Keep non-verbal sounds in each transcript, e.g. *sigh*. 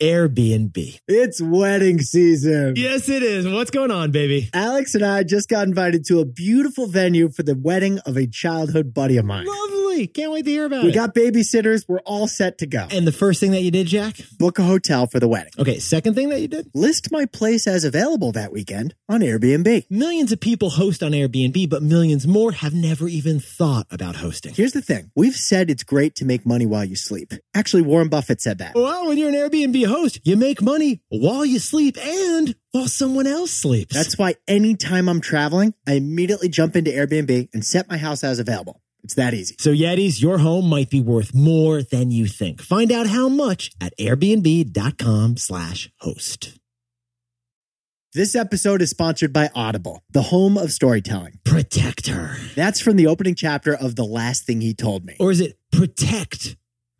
Airbnb. It's wedding season. Yes, it is. What's going on, baby? Alex and I just got invited to a beautiful venue for the wedding of a childhood buddy of mine. Lovely. Can't wait to hear about We it. got babysitters. We're all set to go. and the first thing that you did, Jack? Book a hotel for the wedding. Okay, second thing that you did? List my place as available that weekend on Airbnb. Millions of people host on Airbnb, but millions more have never even thought about hosting. Here's the thing we've said it's great to make money while you sleep. Actually, Warren Buffett said that. Well, when you're an Airbnb host, you make money while you sleep and while someone else sleeps. That's why anytime I'm traveling, I immediately jump into Airbnb and set my house as available. It's that easy. so Yetis, your home might be worth more than you think. Find out how much at airbnb.com slash host. This episode is sponsored by Audible, the home of storytelling. Protect her. That's from the opening chapter of The Last Thing He Told Me. Or is it protect her?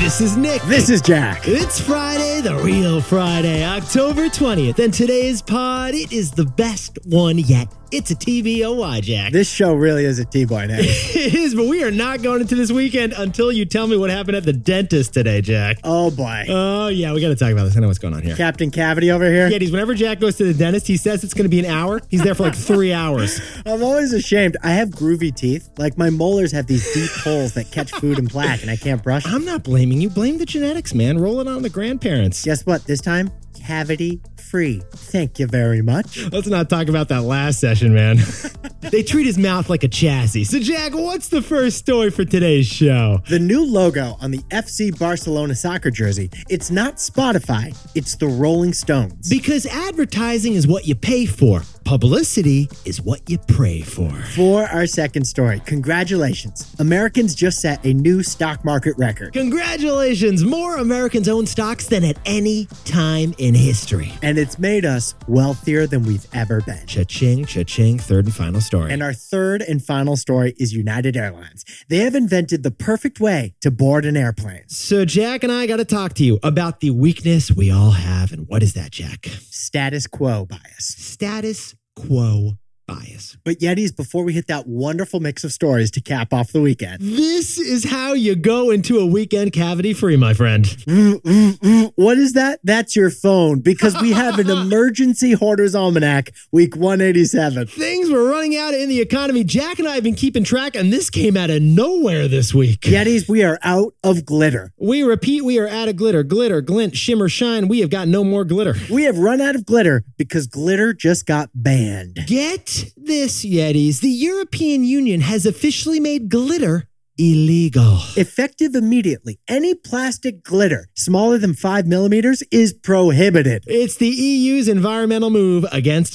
This is Nick. This is Jack. It's Friday, the real Friday, October 20th. And today's pod, it is the best one yet. It's a TBOY, Jack. This show really is a tboy name. *laughs* it is, but we are not going into this weekend until you tell me what happened at the dentist today, Jack. oh boy. Oh, yeah, we got to talk about this. I know what's going on here. Captain Cavity over here. Yetis, whenever Jack goes to the dentist, he says it's going to be an hour. He's there for like three hours. I'm always ashamed. I have groovy teeth. Like my molars have these deep holes that catch food and plaque and I can't brush. them. I'm not blaming you. Blame the genetics, man. Roll it on the grandparents. Guess what? This time, cavity free. Thank you very much. Let's not talk about that last session, man. *laughs* they treat his mouth like a chassis. So, Jack, what's the first story for today's show? The new logo on the FC Barcelona soccer jersey, it's not Spotify, it's the Rolling Stones. Because advertising is what you pay for, publicity is what you pray for. For our second story, congratulations. Americans just set a new stock market record. Congratulations! More Americans own stocks than at any time in history. And it's made us wealthier than we've ever been. Cha-ching, cha-ching, third and final story. And our third and final story is United Airlines. They have invented the perfect way to board an airplane. so Jack and I got to talk to you about the weakness we all have. And what is that, Jack? Status quo bias. Status quo bias. But Yetis, before we hit that wonderful mix of stories to cap off the *laughs* weekend, This is how you go into a weekend cavity free, my friend. what is that? That's your phone because we have an emergency hoarder's almanac, week 187. Things were running out in the economy. Jack and I have been keeping track, and this came out of nowhere this week. Yetis, we are out of glitter. We repeat, we are out of glitter, glitter, glint, shimmer, shine. We have got no more glitter. We have run out of glitter because glitter just got banned. Get this, Yetis. The European Union has officially made glitter illegal. Effective immediately, any plastic glitter smaller than five millimeters is prohibited It's the EU's environmental move against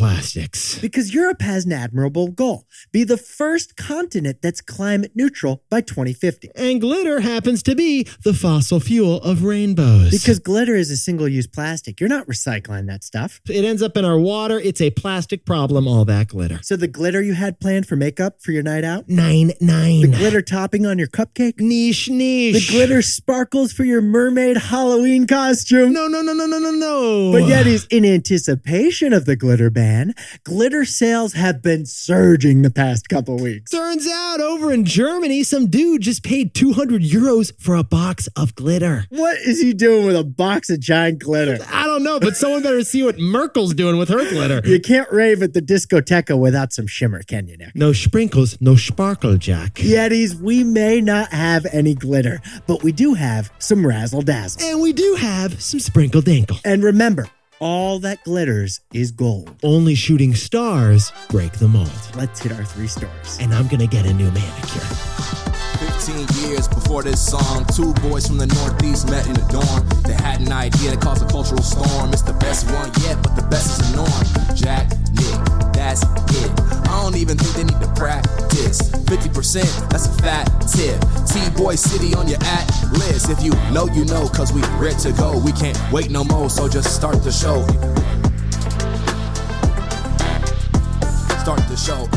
microplastics. because Europe has an admirable goal be the first continent that's climate neutral by 2050. And glitter happens to be the fossil fuel of rainbows. Because glitter is a single use plastic, you're not recycling that stuff. It ends up in our water. It's a plastic problem, all that glitter. So the glitter you had planned for makeup for your night out, Nine, nine. glitter glitter topping on your cupcake. Niche, The niche. glitter sparkles for your mermaid Halloween costume. No, no, no, no, no, no, no. But Yetis, in anticipation of the glitter ban, glitter sales have been surging the past couple weeks. Turns out over in Germany, some dude just paid 200 euros for a box of glitter. What is he doing with a box of giant glitter? I don't know, but someone better see what Merkel's doing with her glitter. You can't rave at the discoteca without some shimmer, can you, Nick? No sprinkles, no sparkle, Jack. Yetis, we may not have any glitter, but we do have some razzle dazzle. And we do have some sprinkle dinkle. And remember, all that glitters is gold. Only shooting stars break the mold. Let's hit our three stars. And I'm gonna get a new manicure. 15 years before this song, two boys from the Northeast met in the dorm. They had an idea that caused a cultural storm. It's the best one yet, but the best is the norm. Jack, Nick, that's it. I don't even think they need to practice. 50%, that's a fat tip. T-Boy City on your at list. If you know, you know, cause we ready to go. We can't wait no more, so just start the show. Start the show.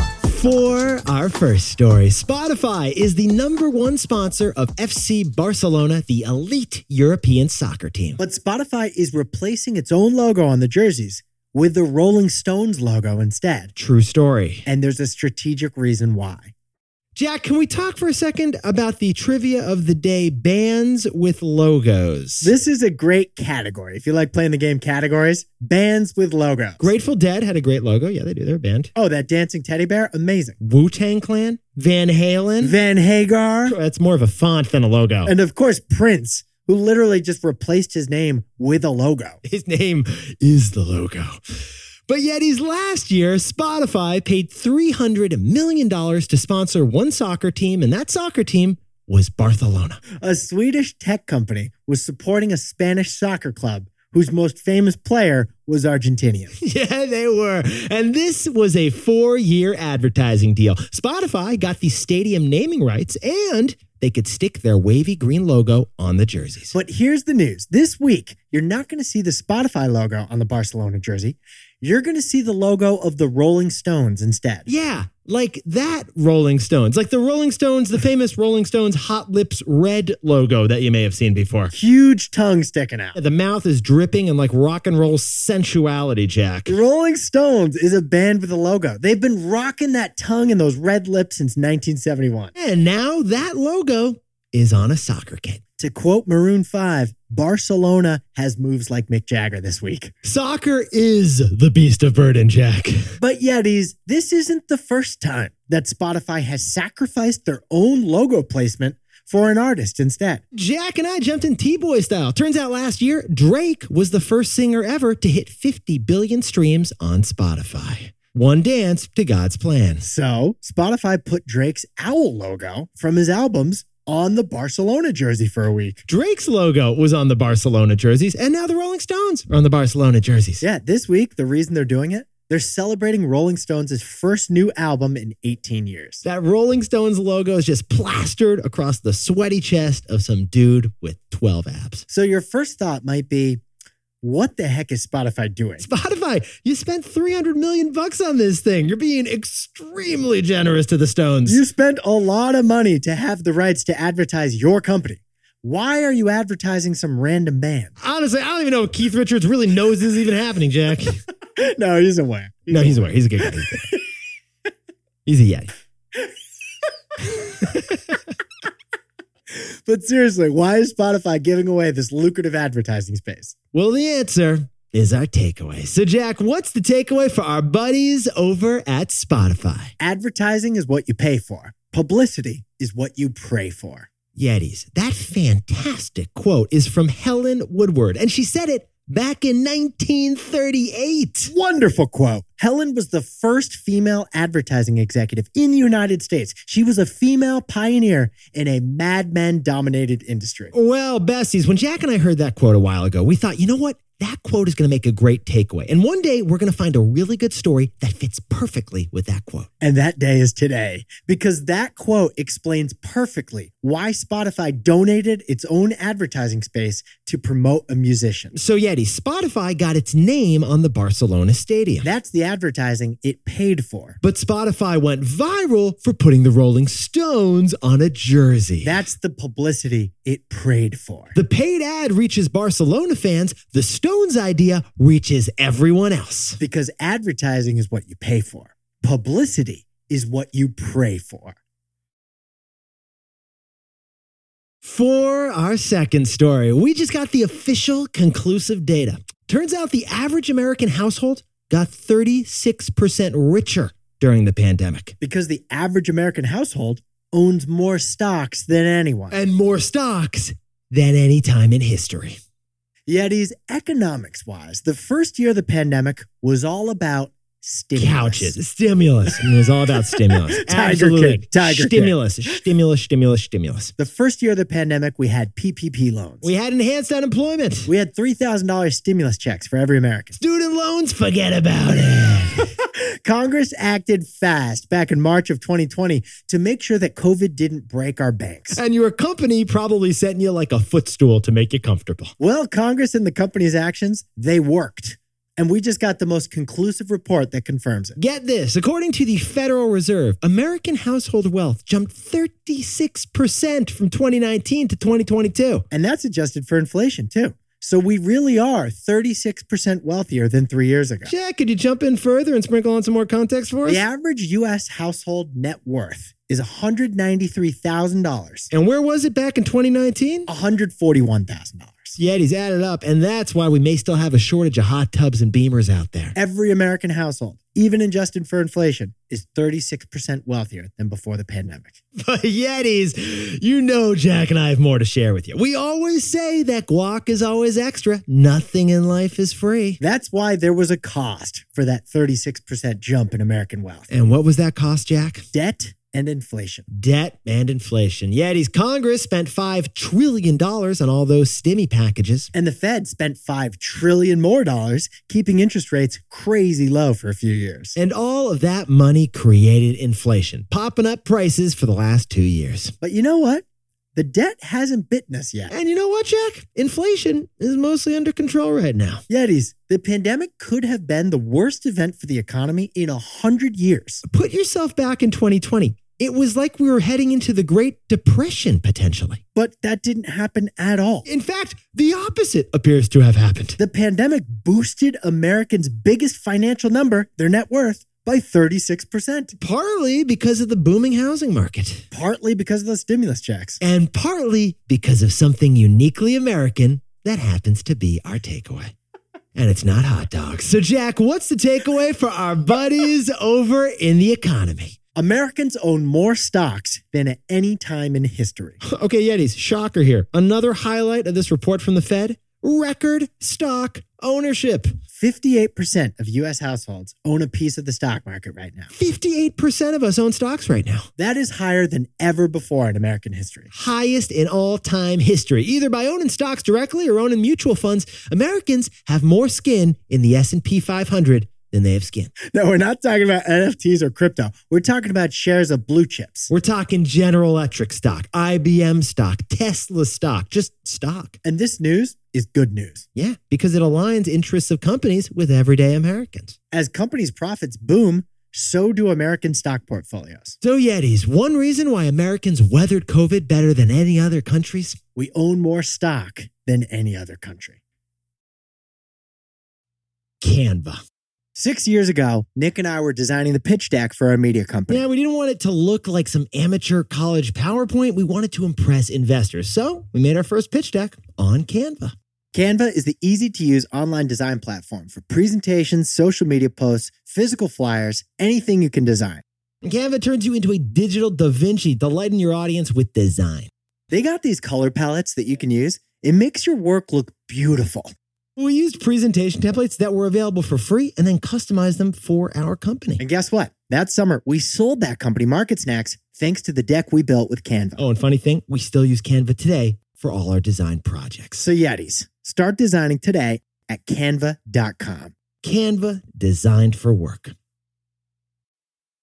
For our first story, Spotify is the number one sponsor of FC Barcelona, the elite European soccer team. But Spotify is replacing its own logo on the jerseys with the Rolling Stones logo instead. True story. And there's a strategic reason why. Jack, can we talk for a second about the trivia of the day bands with logos? This is a great category. If you like playing the game categories, bands with logos. Grateful Dead had a great logo. Yeah, they do. They're a band. Oh, that dancing teddy bear? Amazing. Wu Tang Clan, Van Halen. Van Hagar. That's more of a font than a logo. And of course, Prince, who literally just replaced his name with a logo. His name is the logo. But yet, he's last year, Spotify paid $300 million to sponsor one soccer team, and that soccer team was Barcelona. *laughs* A Swedish tech company was supporting a Spanish soccer club whose most famous player was *laughs* Argentinian. Yeah, they were. And this was a four year advertising deal. Spotify got the stadium naming rights, and they could stick their wavy green logo on the jerseys. But here's the news. This week, you're not going to see the Spotify logo on the Barcelona jersey. You're going to see the logo of the Rolling Stones instead. Yeah, like that Rolling Stones, like the Rolling Stones, the famous Rolling Stones Hot Lips Red logo that you may have seen before. Huge tongue sticking out. The mouth is dripping in like rock and roll sensuality, Jack. Rolling Stones is a band with a logo. They've been rocking that tongue and those red lips since 1971. And now that logo is on a soccer kit. To quote Maroon 5, Barcelona has moves like Mick Jagger this week. Soccer is the beast of burden, Jack. But Yetis, this isn't the first time that Spotify has sacrificed their own logo placement for an artist instead. Jack and I jumped in T Boy style. Turns out last year, Drake was the first singer ever to hit 50 billion streams on Spotify. One dance to God's plan. So Spotify put Drake's owl logo from his albums on the Barcelona jersey for a week. Drake's logo was on the Barcelona jerseys, and now the Rolling Stones are on the Barcelona jerseys. Yeah, this week, the reason they're doing it, they're celebrating Rolling Stones' first new album in 18 years. That Rolling Stones logo is just plastered across the sweaty chest of some dude with 12 abs. So your first thought might be, what the heck is Spotify doing? Spotify, you spent 300 million bucks on this thing. You're being extremely generous to the Stones. You spent a lot of money to have the rights to advertise your company. Why are you advertising some random band? Honestly, I don't even know if Keith Richards really knows this is even happening, Jack. *laughs* No, he's aware. *laughs* no, he's aware. He's a good guy. He's, a good guy. He's a yeti. But seriously, why is Spotify giving away this lucrative advertising space? Well, the answer is our takeaway. So, Jack, what's the takeaway for our buddies over at Spotify? Advertising is what you pay for. Publicity is what you pray for. Yetis. That fantastic quote is from Helen Woodward, and she said it back in 1938. Wonderful quote. Helen was the first female advertising executive in the United States. She was a female pioneer in a madman dominated industry. Well, besties, when Jack and I heard that quote a while ago, we thought, you know what? That quote is going to make a great takeaway. And one day we're going to find a really good story that fits perfectly with that quote. And that day is today because that quote explains perfectly why Spotify donated its own advertising space to promote a musician. So Yeti, Spotify got its name on the Barcelona stadium. That's the advertising it paid for. But Spotify went viral for putting the Rolling Stones on a jersey. That's the publicity it prayed for. the paid ad reaches Barcelona fans, the Stones idea reaches everyone else. Because advertising is what you pay for, publicity is what you pray for. For our second story, we just got the official conclusive data. Turns out the average American household got 36% richer during the pandemic. Because the average American household owns more stocks than anyone. and more stocks than any time in history. Yeti's economics wise, the first year of the pandemic was all about stimulus. Couches, stimulus. It was all about stimulus. *laughs* Tiger Absolutely. King, Tiger King. stimulus, stimulus, stimulus, stimulus. The first year of the pandemic, we had PPP loans. We had enhanced unemployment. we had $3,000 stimulus checks for every American. Student loans, forget about it. Congress acted fast back in March of 2020 to make sure that COVID didn't break our banks. and your company probably sent you like a footstool to make you comfortable. Well, Congress and the company's actions, they worked. And we just got the most conclusive report that confirms it. Get this. According to the Federal Reserve, American household wealth jumped 36% from 2019 to 2022. And that's adjusted for inflation, too. So we really are 36% wealthier than three years ago. Jack, could you jump in further and sprinkle on some more context for us? The average U.S. household net worth is $193,000, And where was it back in 2019? $141,000. Yeti's added up, and that's why we may still have a shortage of hot tubs and beamers out there. *laughs* Every American household, even adjusted for inflation, is 36% wealthier than before the pandemic. But Yetis, you know Jack and I have more to share with you. We always say that guac is always extra. Nothing in life is free. That's why there was a cost for that 36% jump in American wealth. And what was that cost, Jack? debt and inflation. Debt and inflation. Yetis, Congress spent $5 trillion on all those stimmy packages. And the Fed spent 5 trillion more dollars keeping interest rates crazy low for a few years. And all of that money created inflation, popping up prices for the last two years. But you know what? The debt hasn't bitten us yet. And you know what, Jack? Inflation is mostly under control right now. Yetis, the pandemic could have been the worst event for the economy in a hundred years. Put yourself back in 2020. It was like we were heading into the Great Depression potentially. But that didn't happen at all. In fact, the opposite appears to have happened. The pandemic boosted Americans' biggest financial number, their net worth, by 36%, Partly because of the booming housing market, partly because of the stimulus checks. and partly because of something uniquely American that happens to be our takeaway. And it's not hot dogs. So, Jack, what's the takeaway for our buddies over in the economy? Americans own more stocks than at any time in history. Okay, Yetis, shocker here. Another highlight of this report from the Fed record stock ownership. 58% of US households own a piece of the stock market right now. 58% of us own stocks right now. That is higher than ever before in American history. Highest in all time history. Either by owning stocks directly or owning mutual funds, Americans have more skin in the S&P 500 than they have skin. No, we're not talking about NFTs or crypto. We're talking about shares of blue chips. We're talking General Electric stock, IBM stock, Tesla stock, just stock. And this news is good news. Yeah, because it aligns interests of companies with everyday Americans. As companies' profits boom, so do American stock portfolios. So, Yetis, one reason why Americans weathered COVID better than any other countries? We own more stock than any other country. Canva. Six years ago, Nick and I were designing the pitch deck for our media company. Yeah, we didn't want it to look like some amateur college PowerPoint. We wanted to impress investors. So, we made our first pitch deck on Canva. Canva is the easy to use online design platform for presentations, social media posts, physical flyers, anything you can design. And Canva turns you into a digital Da Vinci, delighting your audience with design. They got these color palettes that you can use. It makes your work look beautiful. We used presentation templates that were available for free and then customized them for our company. And guess what? That summer, we sold that company Market Snacks thanks to the deck we built with Canva. Oh, and funny thing, we still use Canva today for all our design projects. So, Yetis, start designing today at canva.com. Canva designed for work.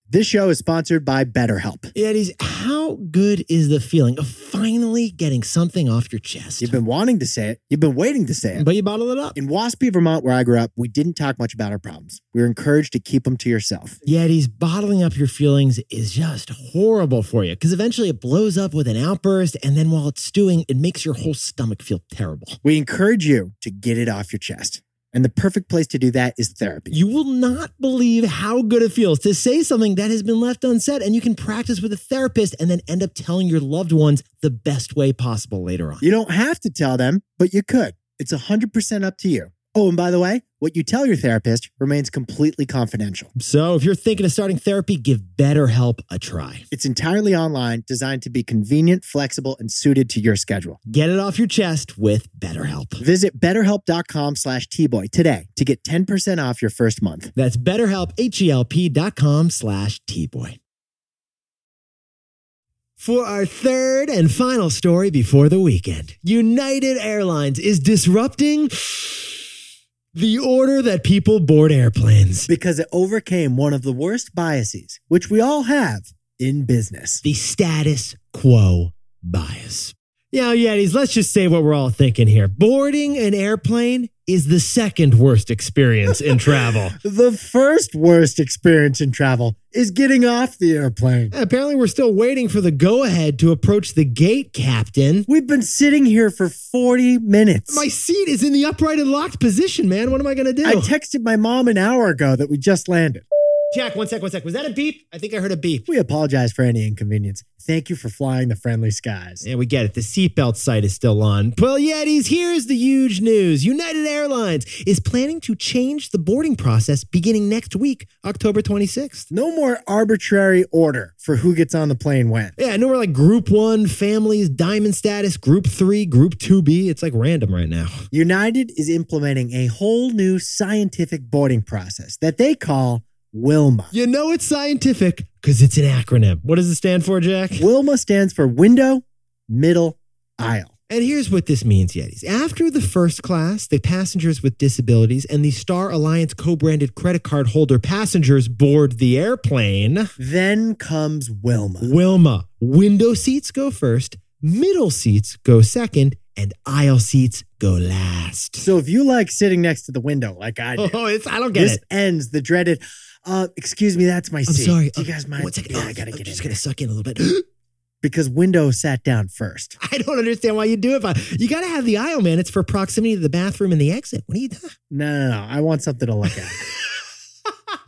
This show is sponsored by BetterHelp. It is how good is the feeling of finally getting something off your chest? You've been wanting to say it, you've been waiting to say it. But you bottle it up. In Waspy, Vermont, where I grew up, we didn't talk much about our problems. We were encouraged to keep them to yourself. Yeti's bottling up your feelings is just horrible for you because eventually it blows up with an outburst. And then while it's stewing, it makes your whole stomach feel terrible. We encourage you to get it off your chest. And the perfect place to do that is therapy. You will not believe how good it feels to say something that has been left unsaid, and you can practice with a therapist and then end up telling your loved ones the best way possible later on. You don't have to tell them, but you could. It's 100% up to you. Oh, and by the way, what you tell your therapist remains completely confidential. So, if you're thinking of starting therapy, give BetterHelp a try. It's entirely online, designed to be convenient, flexible, and suited to your schedule. Get it off your chest with BetterHelp. Visit betterhelp.com slash tboy today to get 10% off your first month. That's BetterHelp, H-E-L-P dot com slash T-Boy. For our third and final story before the weekend, United Airlines is disrupting the order that people board airplanes. Because it overcame one of the worst biases, which we all have in business. The status quo bias. Now, Yetis, let's just say what we're all thinking here. Boarding an airplane is the second worst experience in travel. The first worst experience in travel is getting off the airplane. Apparently, we're still waiting for the go ahead to approach the gate, Captain. We've been sitting here for 40 minutes. My seat is in the upright and locked position, man. What am I going to do? I texted my mom an hour ago that we just landed. Jack, one sec, one sec. Was that a beep? I think I heard a beep. We apologize for any inconvenience. Thank you for flying the friendly skies. Yeah, we get it. The seatbelt sign is still on. Well, Yetis, here's the huge news. United Airlines is planning to change the boarding process beginning next week, October 26th. No more arbitrary order for who gets on the plane when. Yeah, I know we're like group one, families, diamond status, group three, group 2B. It's like random right now. United is implementing a whole new scientific boarding process that they call Wilma. You know it's scientific because it's an acronym. What does it stand for, Jack? Wilma stands for window, middle, aisle. And here's what this means, Yetis. After the first class, the passengers with disabilities and the Star Alliance co branded credit card holder passengers board the airplane. Then comes Wilma. Wilma, window seats go first, middle seats go second, and aisle seats go last. So if you like sitting next to the window like I do, Oh, it's, I don't get this it. ends the dreaded, uh, excuse me, that's my I'm seat. sorry. Do you guys mind? One second. Yeah, Oh, I gotta I'm get in just there. gonna suck in a little bit. *gasps* Because window sat down first. I don't understand why you do it, but you gotta have the aisle, man. It's for proximity to the bathroom and the exit. What are you doing? No, no, no. I want something to look *laughs* at.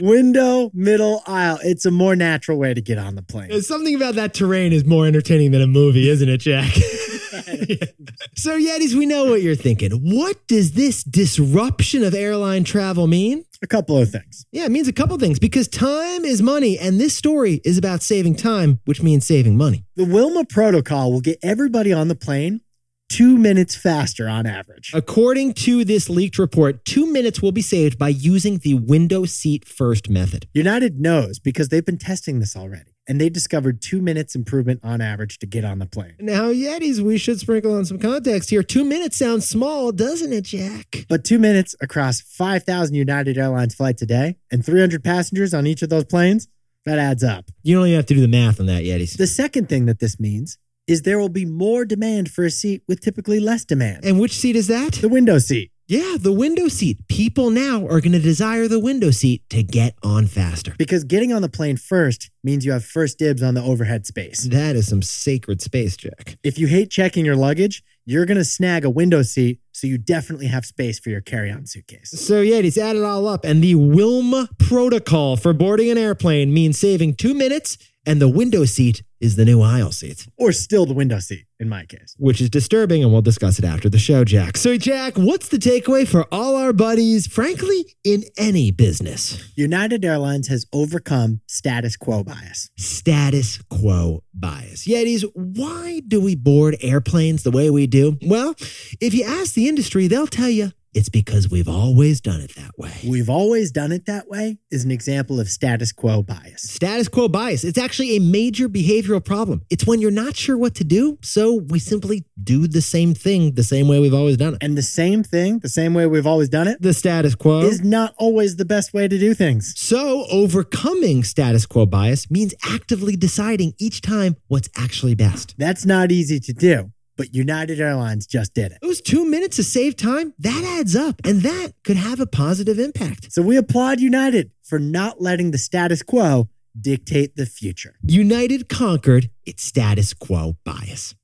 window, middle, aisle. It's a more natural way to get on the plane. There's Uh, something about that terrain is more entertaining than a movie, isn't it, Jack? *laughs* so, Yetis, we know what you're thinking. What does this disruption of airline travel mean? a couple of things. Yeah, it means a couple things because time is money, and this story is about saving time, which means saving money. The Wilma protocol will get everybody on the plane two minutes faster on average. According to this leaked report, two minutes will be saved by using the window seat first method. United knows because they've been testing this already, and they discovered two minutes improvement on average to get on the plane. Now, Yetis, we should sprinkle on some context here. Two minutes sounds small, doesn't it, Jack? But two minutes across 5,000 United Airlines flights a day and 300 passengers on each of those planes, that adds up. You don't even have to do the math on that, Yetis. The second thing that this means is there will be more demand for a seat with typically less demand And which seat is that? the window seat. Yeah, the window seat. People now are going to desire the window seat to get on faster. Because getting on the plane first means you have first dibs on the overhead space. That is some sacred space, Jack. If you hate checking your luggage, you're going to snag a window seat so you definitely have space for your carry on suitcase. So, yeah, he's added all up. And the Wilma protocol for boarding an airplane means saving two minutes, and the window seat is the new aisle seat, Or still the window seat, in my case. which is disturbing. And we'll discuss it after the show, Jack. So, Jack, what's the takeaway for all our buddies, frankly, in any business? United Airlines has overcome status quo bias. Status quo bias. Yetis, why do we board airplanes the way we do? Well, if you ask the industry, they'll tell you It's because we've always done it that way. We've always done it that way is an example of status quo bias. Status quo bias. It's actually a major behavioral problem. It's when you're not sure what to do, so we simply do the same thing the same way we've always done it. And the same thing, the same way we've always done it, The status quo. is not always the best way to do things. so, overcoming status quo bias means actively deciding each time what's actually best. That's not easy to do, but United Airlines just did it. Those two minutes to save time, that adds up, and that could have a positive impact. So we applaud United for not letting the status quo dictate the future. United conquered its status quo bias.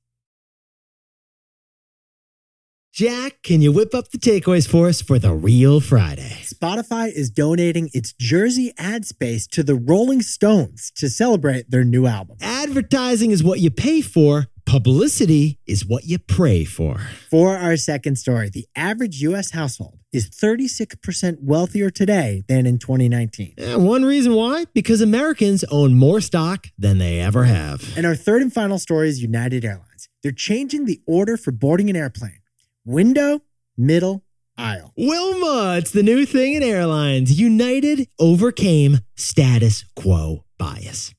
Jack, can you whip up the takeaways for us for the real Friday? Spotify is donating its Jersey ad space to the Rolling Stones to celebrate their new album. Advertising is what you pay for, publicity is what you pray for. For our second story, the average US household is 36% wealthier today than in 2019. And Eh, one reason why? Because Americans own more stock than they ever have. And our third and final story is United Airlines. They're changing the order for boarding an airplane window, middle, aisle. Wilma, it's the new thing in airlines. United overcame status quo bias.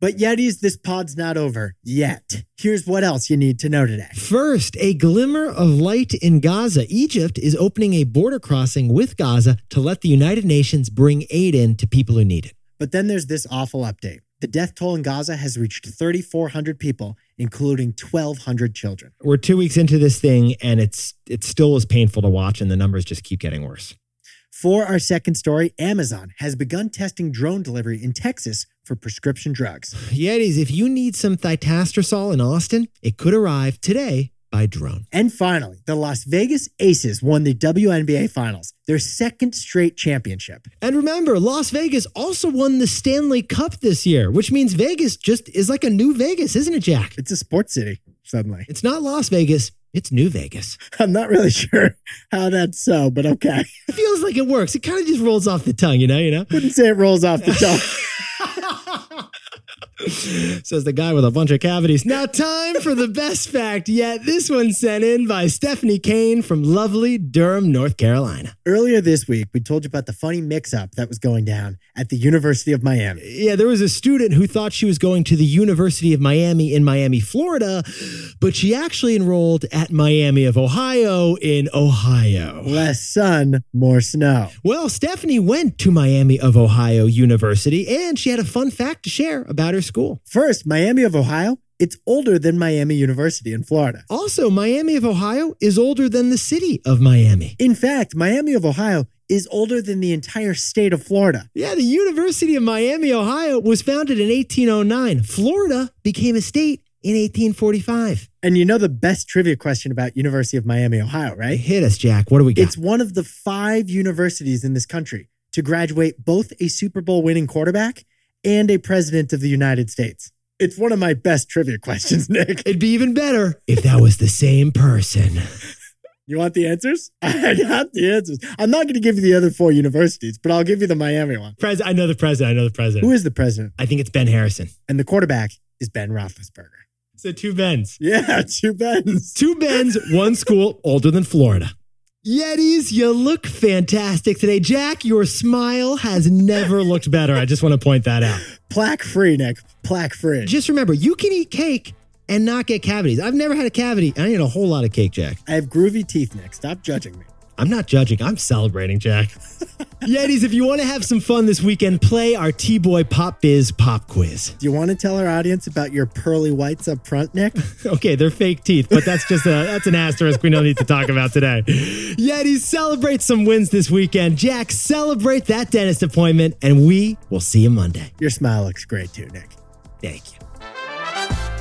But Yetis, this pod's not over yet. Here's what else you need to know today. First, a glimmer of light in Gaza. Egypt is opening a border crossing with Gaza to let the United Nations bring aid in to people who need it. But then there's this awful update. The death toll in Gaza has reached 3,400 people, including 1,200 children. We're two weeks into this thing, and it's it still is painful to watch, and the numbers just keep getting worse. For our second story, Amazon has begun testing drone delivery in Texas for prescription drugs. Yetis, if you need some thitastrosol in Austin, it could arrive today by drone. And finally, the Las Vegas Aces won the WNBA Finals, their second straight championship. And remember, Las Vegas also won the Stanley Cup this year, which means Vegas just is like a new Vegas, isn't it, Jack? It's a sports city, suddenly. *laughs* It's not Las Vegas, it's New Vegas. I'm not really *laughs* sure how that's so, but okay. *laughs* It feels like it works. It kind of just rolls off the tongue, you know, you know? Wouldn't say it rolls off the tongue. Says the guy with a bunch of cavities. Now, time for the best fact yet. This one sent in by Stephanie Kane from lovely Durham, North Carolina. Earlier this week, we told you about the funny mix up that was going down at the University of Miami. Yeah, there was a student who thought she was going to the University of Miami in Miami, Florida, but she actually enrolled at Miami of Ohio in Ohio. Less sun, more snow. Well, Stephanie went to Miami of Ohio University and she had a fun fact to share about her school. First, Miami of Ohio, it's older than Miami University in Florida. Also, Miami of Ohio is older than the city of Miami. In fact, Miami of Ohio is older than the entire state of Florida. Yeah, the University of Miami, Ohio was founded in 1809. Florida became a state in 1845. And you know the best trivia question about University of Miami, Ohio, Hey, right? Hit us, Jack. What do we got? It's one of the five universities in this country to graduate both a Super Bowl winning quarterback and a president of the United States. It's one of my best trivia questions, *laughs* Nick. It'd be even better if that was the same person. You want the answers? *laughs* I got the answers. I'm not going to give you the other four universities, but I'll give you the Miami one. Pres- I know the president. I know the president. Who is the president? I think it's Ben Harrison. And the quarterback is Ben Roethlisberger. So two Bens. Yeah, *laughs* two Bens. Two Bens, one school older than Florida. Yetis, you look fantastic today. Jack, your smile has never looked better. I just want to point that out. Plaque free, Nick. Plaque free. Just remember, you can eat cake and not get cavities. I've never had a cavity. I ate a whole lot of cake, Jack. I have groovy teeth, Nick. Stop judging me. I'm not judging. I'm celebrating, *laughs* Jack. Yetis, if you want to have some fun this weekend, play our T-Boy Pop Biz Pop Quiz. Do you want to tell our audience about your pearly whites up front, Nick? Okay, they're fake teeth, but that's just a that's an asterisk we don't need to talk about today. Yetis, celebrate some wins this weekend. Jack, celebrate that dentist appointment, and we will see you Monday. Your smile looks great too, Nick. Thank you.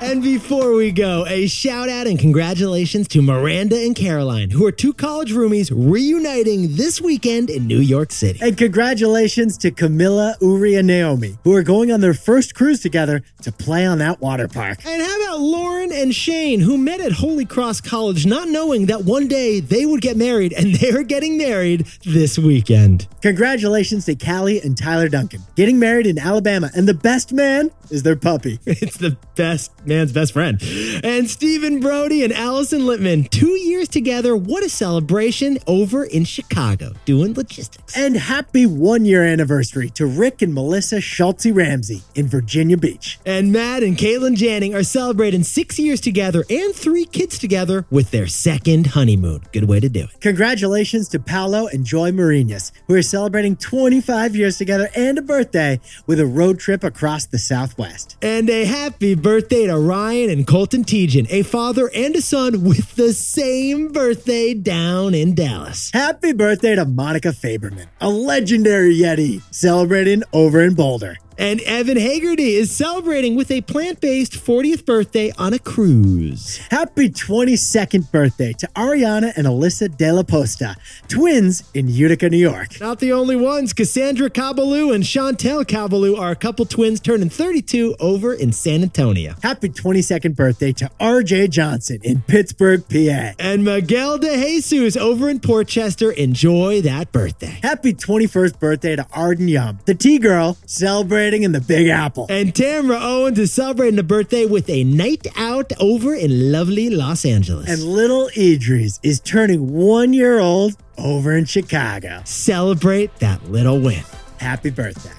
And before we go, a shout out and congratulations to Miranda and Caroline, who are two college roomies reuniting this weekend in New York City. And congratulations to Camilla, Uri, and Naomi, who are going on their first cruise together to play on that water park. And how about Lauren and Shane, who met at Holy Cross College, not knowing that one day they would get married, and they're getting married this weekend. *laughs* Congratulations to Callie and Tyler Duncan, getting married in Alabama, and the best man is their puppy. It's the best man man's best friend. And Stephen Brody and Allison Littman, two years together. What a celebration over in Chicago doing logistics. And happy one year anniversary to Rick and Melissa Schultze Ramsey in Virginia Beach. And Matt and Caitlin Janning are celebrating six years together and three kids together with their second honeymoon. Good way to do it. Congratulations to Paolo and Joy Marinas, who are celebrating 25 years together and a birthday with a road trip across the Southwest. And a happy birthday to Ryan and Colton Tejan, a father and a son with the same birthday down in Dallas. Happy birthday to Monica Faberman, a legendary Yeti celebrating over in Boulder. And Evan Hagerty is celebrating with a plant based 40th birthday on a cruise. Happy 22nd birthday to Ariana and Alyssa De La Posta, twins in Utica, New York. Not the only ones, Cassandra Cabaloo and Chantel Cabaloo are a couple twins turning 32 over in San Antonio. Happy 22nd birthday to RJ Johnson in Pittsburgh, PA. And Miguel De Jesus over in Portchester. Enjoy that birthday. Happy 21st birthday to Arden Yum, the tea girl, celebrating in the Big Apple. And Tamra Owens is celebrating a birthday with a night out over in lovely Los Angeles. And little Idris is turning one year old over in Chicago. Celebrate that little win. *laughs* Happy birthday.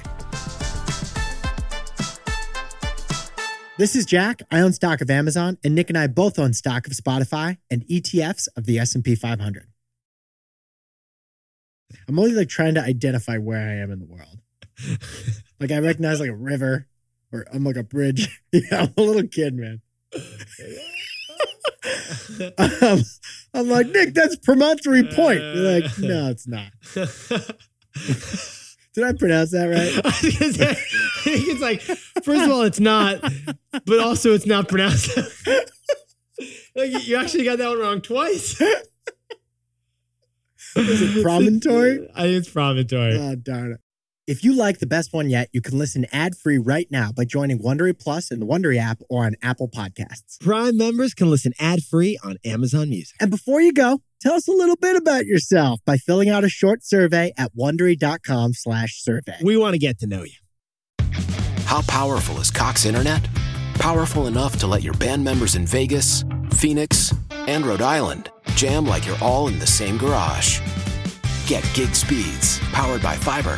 This is Jack. I own stock of Amazon, and Nick and I both own stock of Spotify and ETFs of the S&P 500. I'm only like trying to identify where I am in the world. Like I recognize like a river or I'm like a bridge. *laughs* Yeah, I'm a little kid, man. *laughs* Um, I'm like, Nick, that's promontory point. You're like, no, it's not. Did I pronounce that right? I was gonna say, I think it's like, first of all, it's not, but also it's not pronounced. *laughs* like you actually got that one wrong twice. Promontory? *laughs* I think it's promontory. Oh, darn it. If you like the best one yet, you can listen ad free right now by joining Wondery Plus in the Wondery app or on Apple Podcasts. Prime members can listen ad free on Amazon Music. And before you go, tell us a little bit about yourself by filling out a short survey at wondery.com slash survey. We want to get to know you. How powerful is Cox Internet? Powerful enough to let your band members in Vegas, Phoenix, and Rhode Island jam like you're all in the same garage. Get gig speeds powered by fiber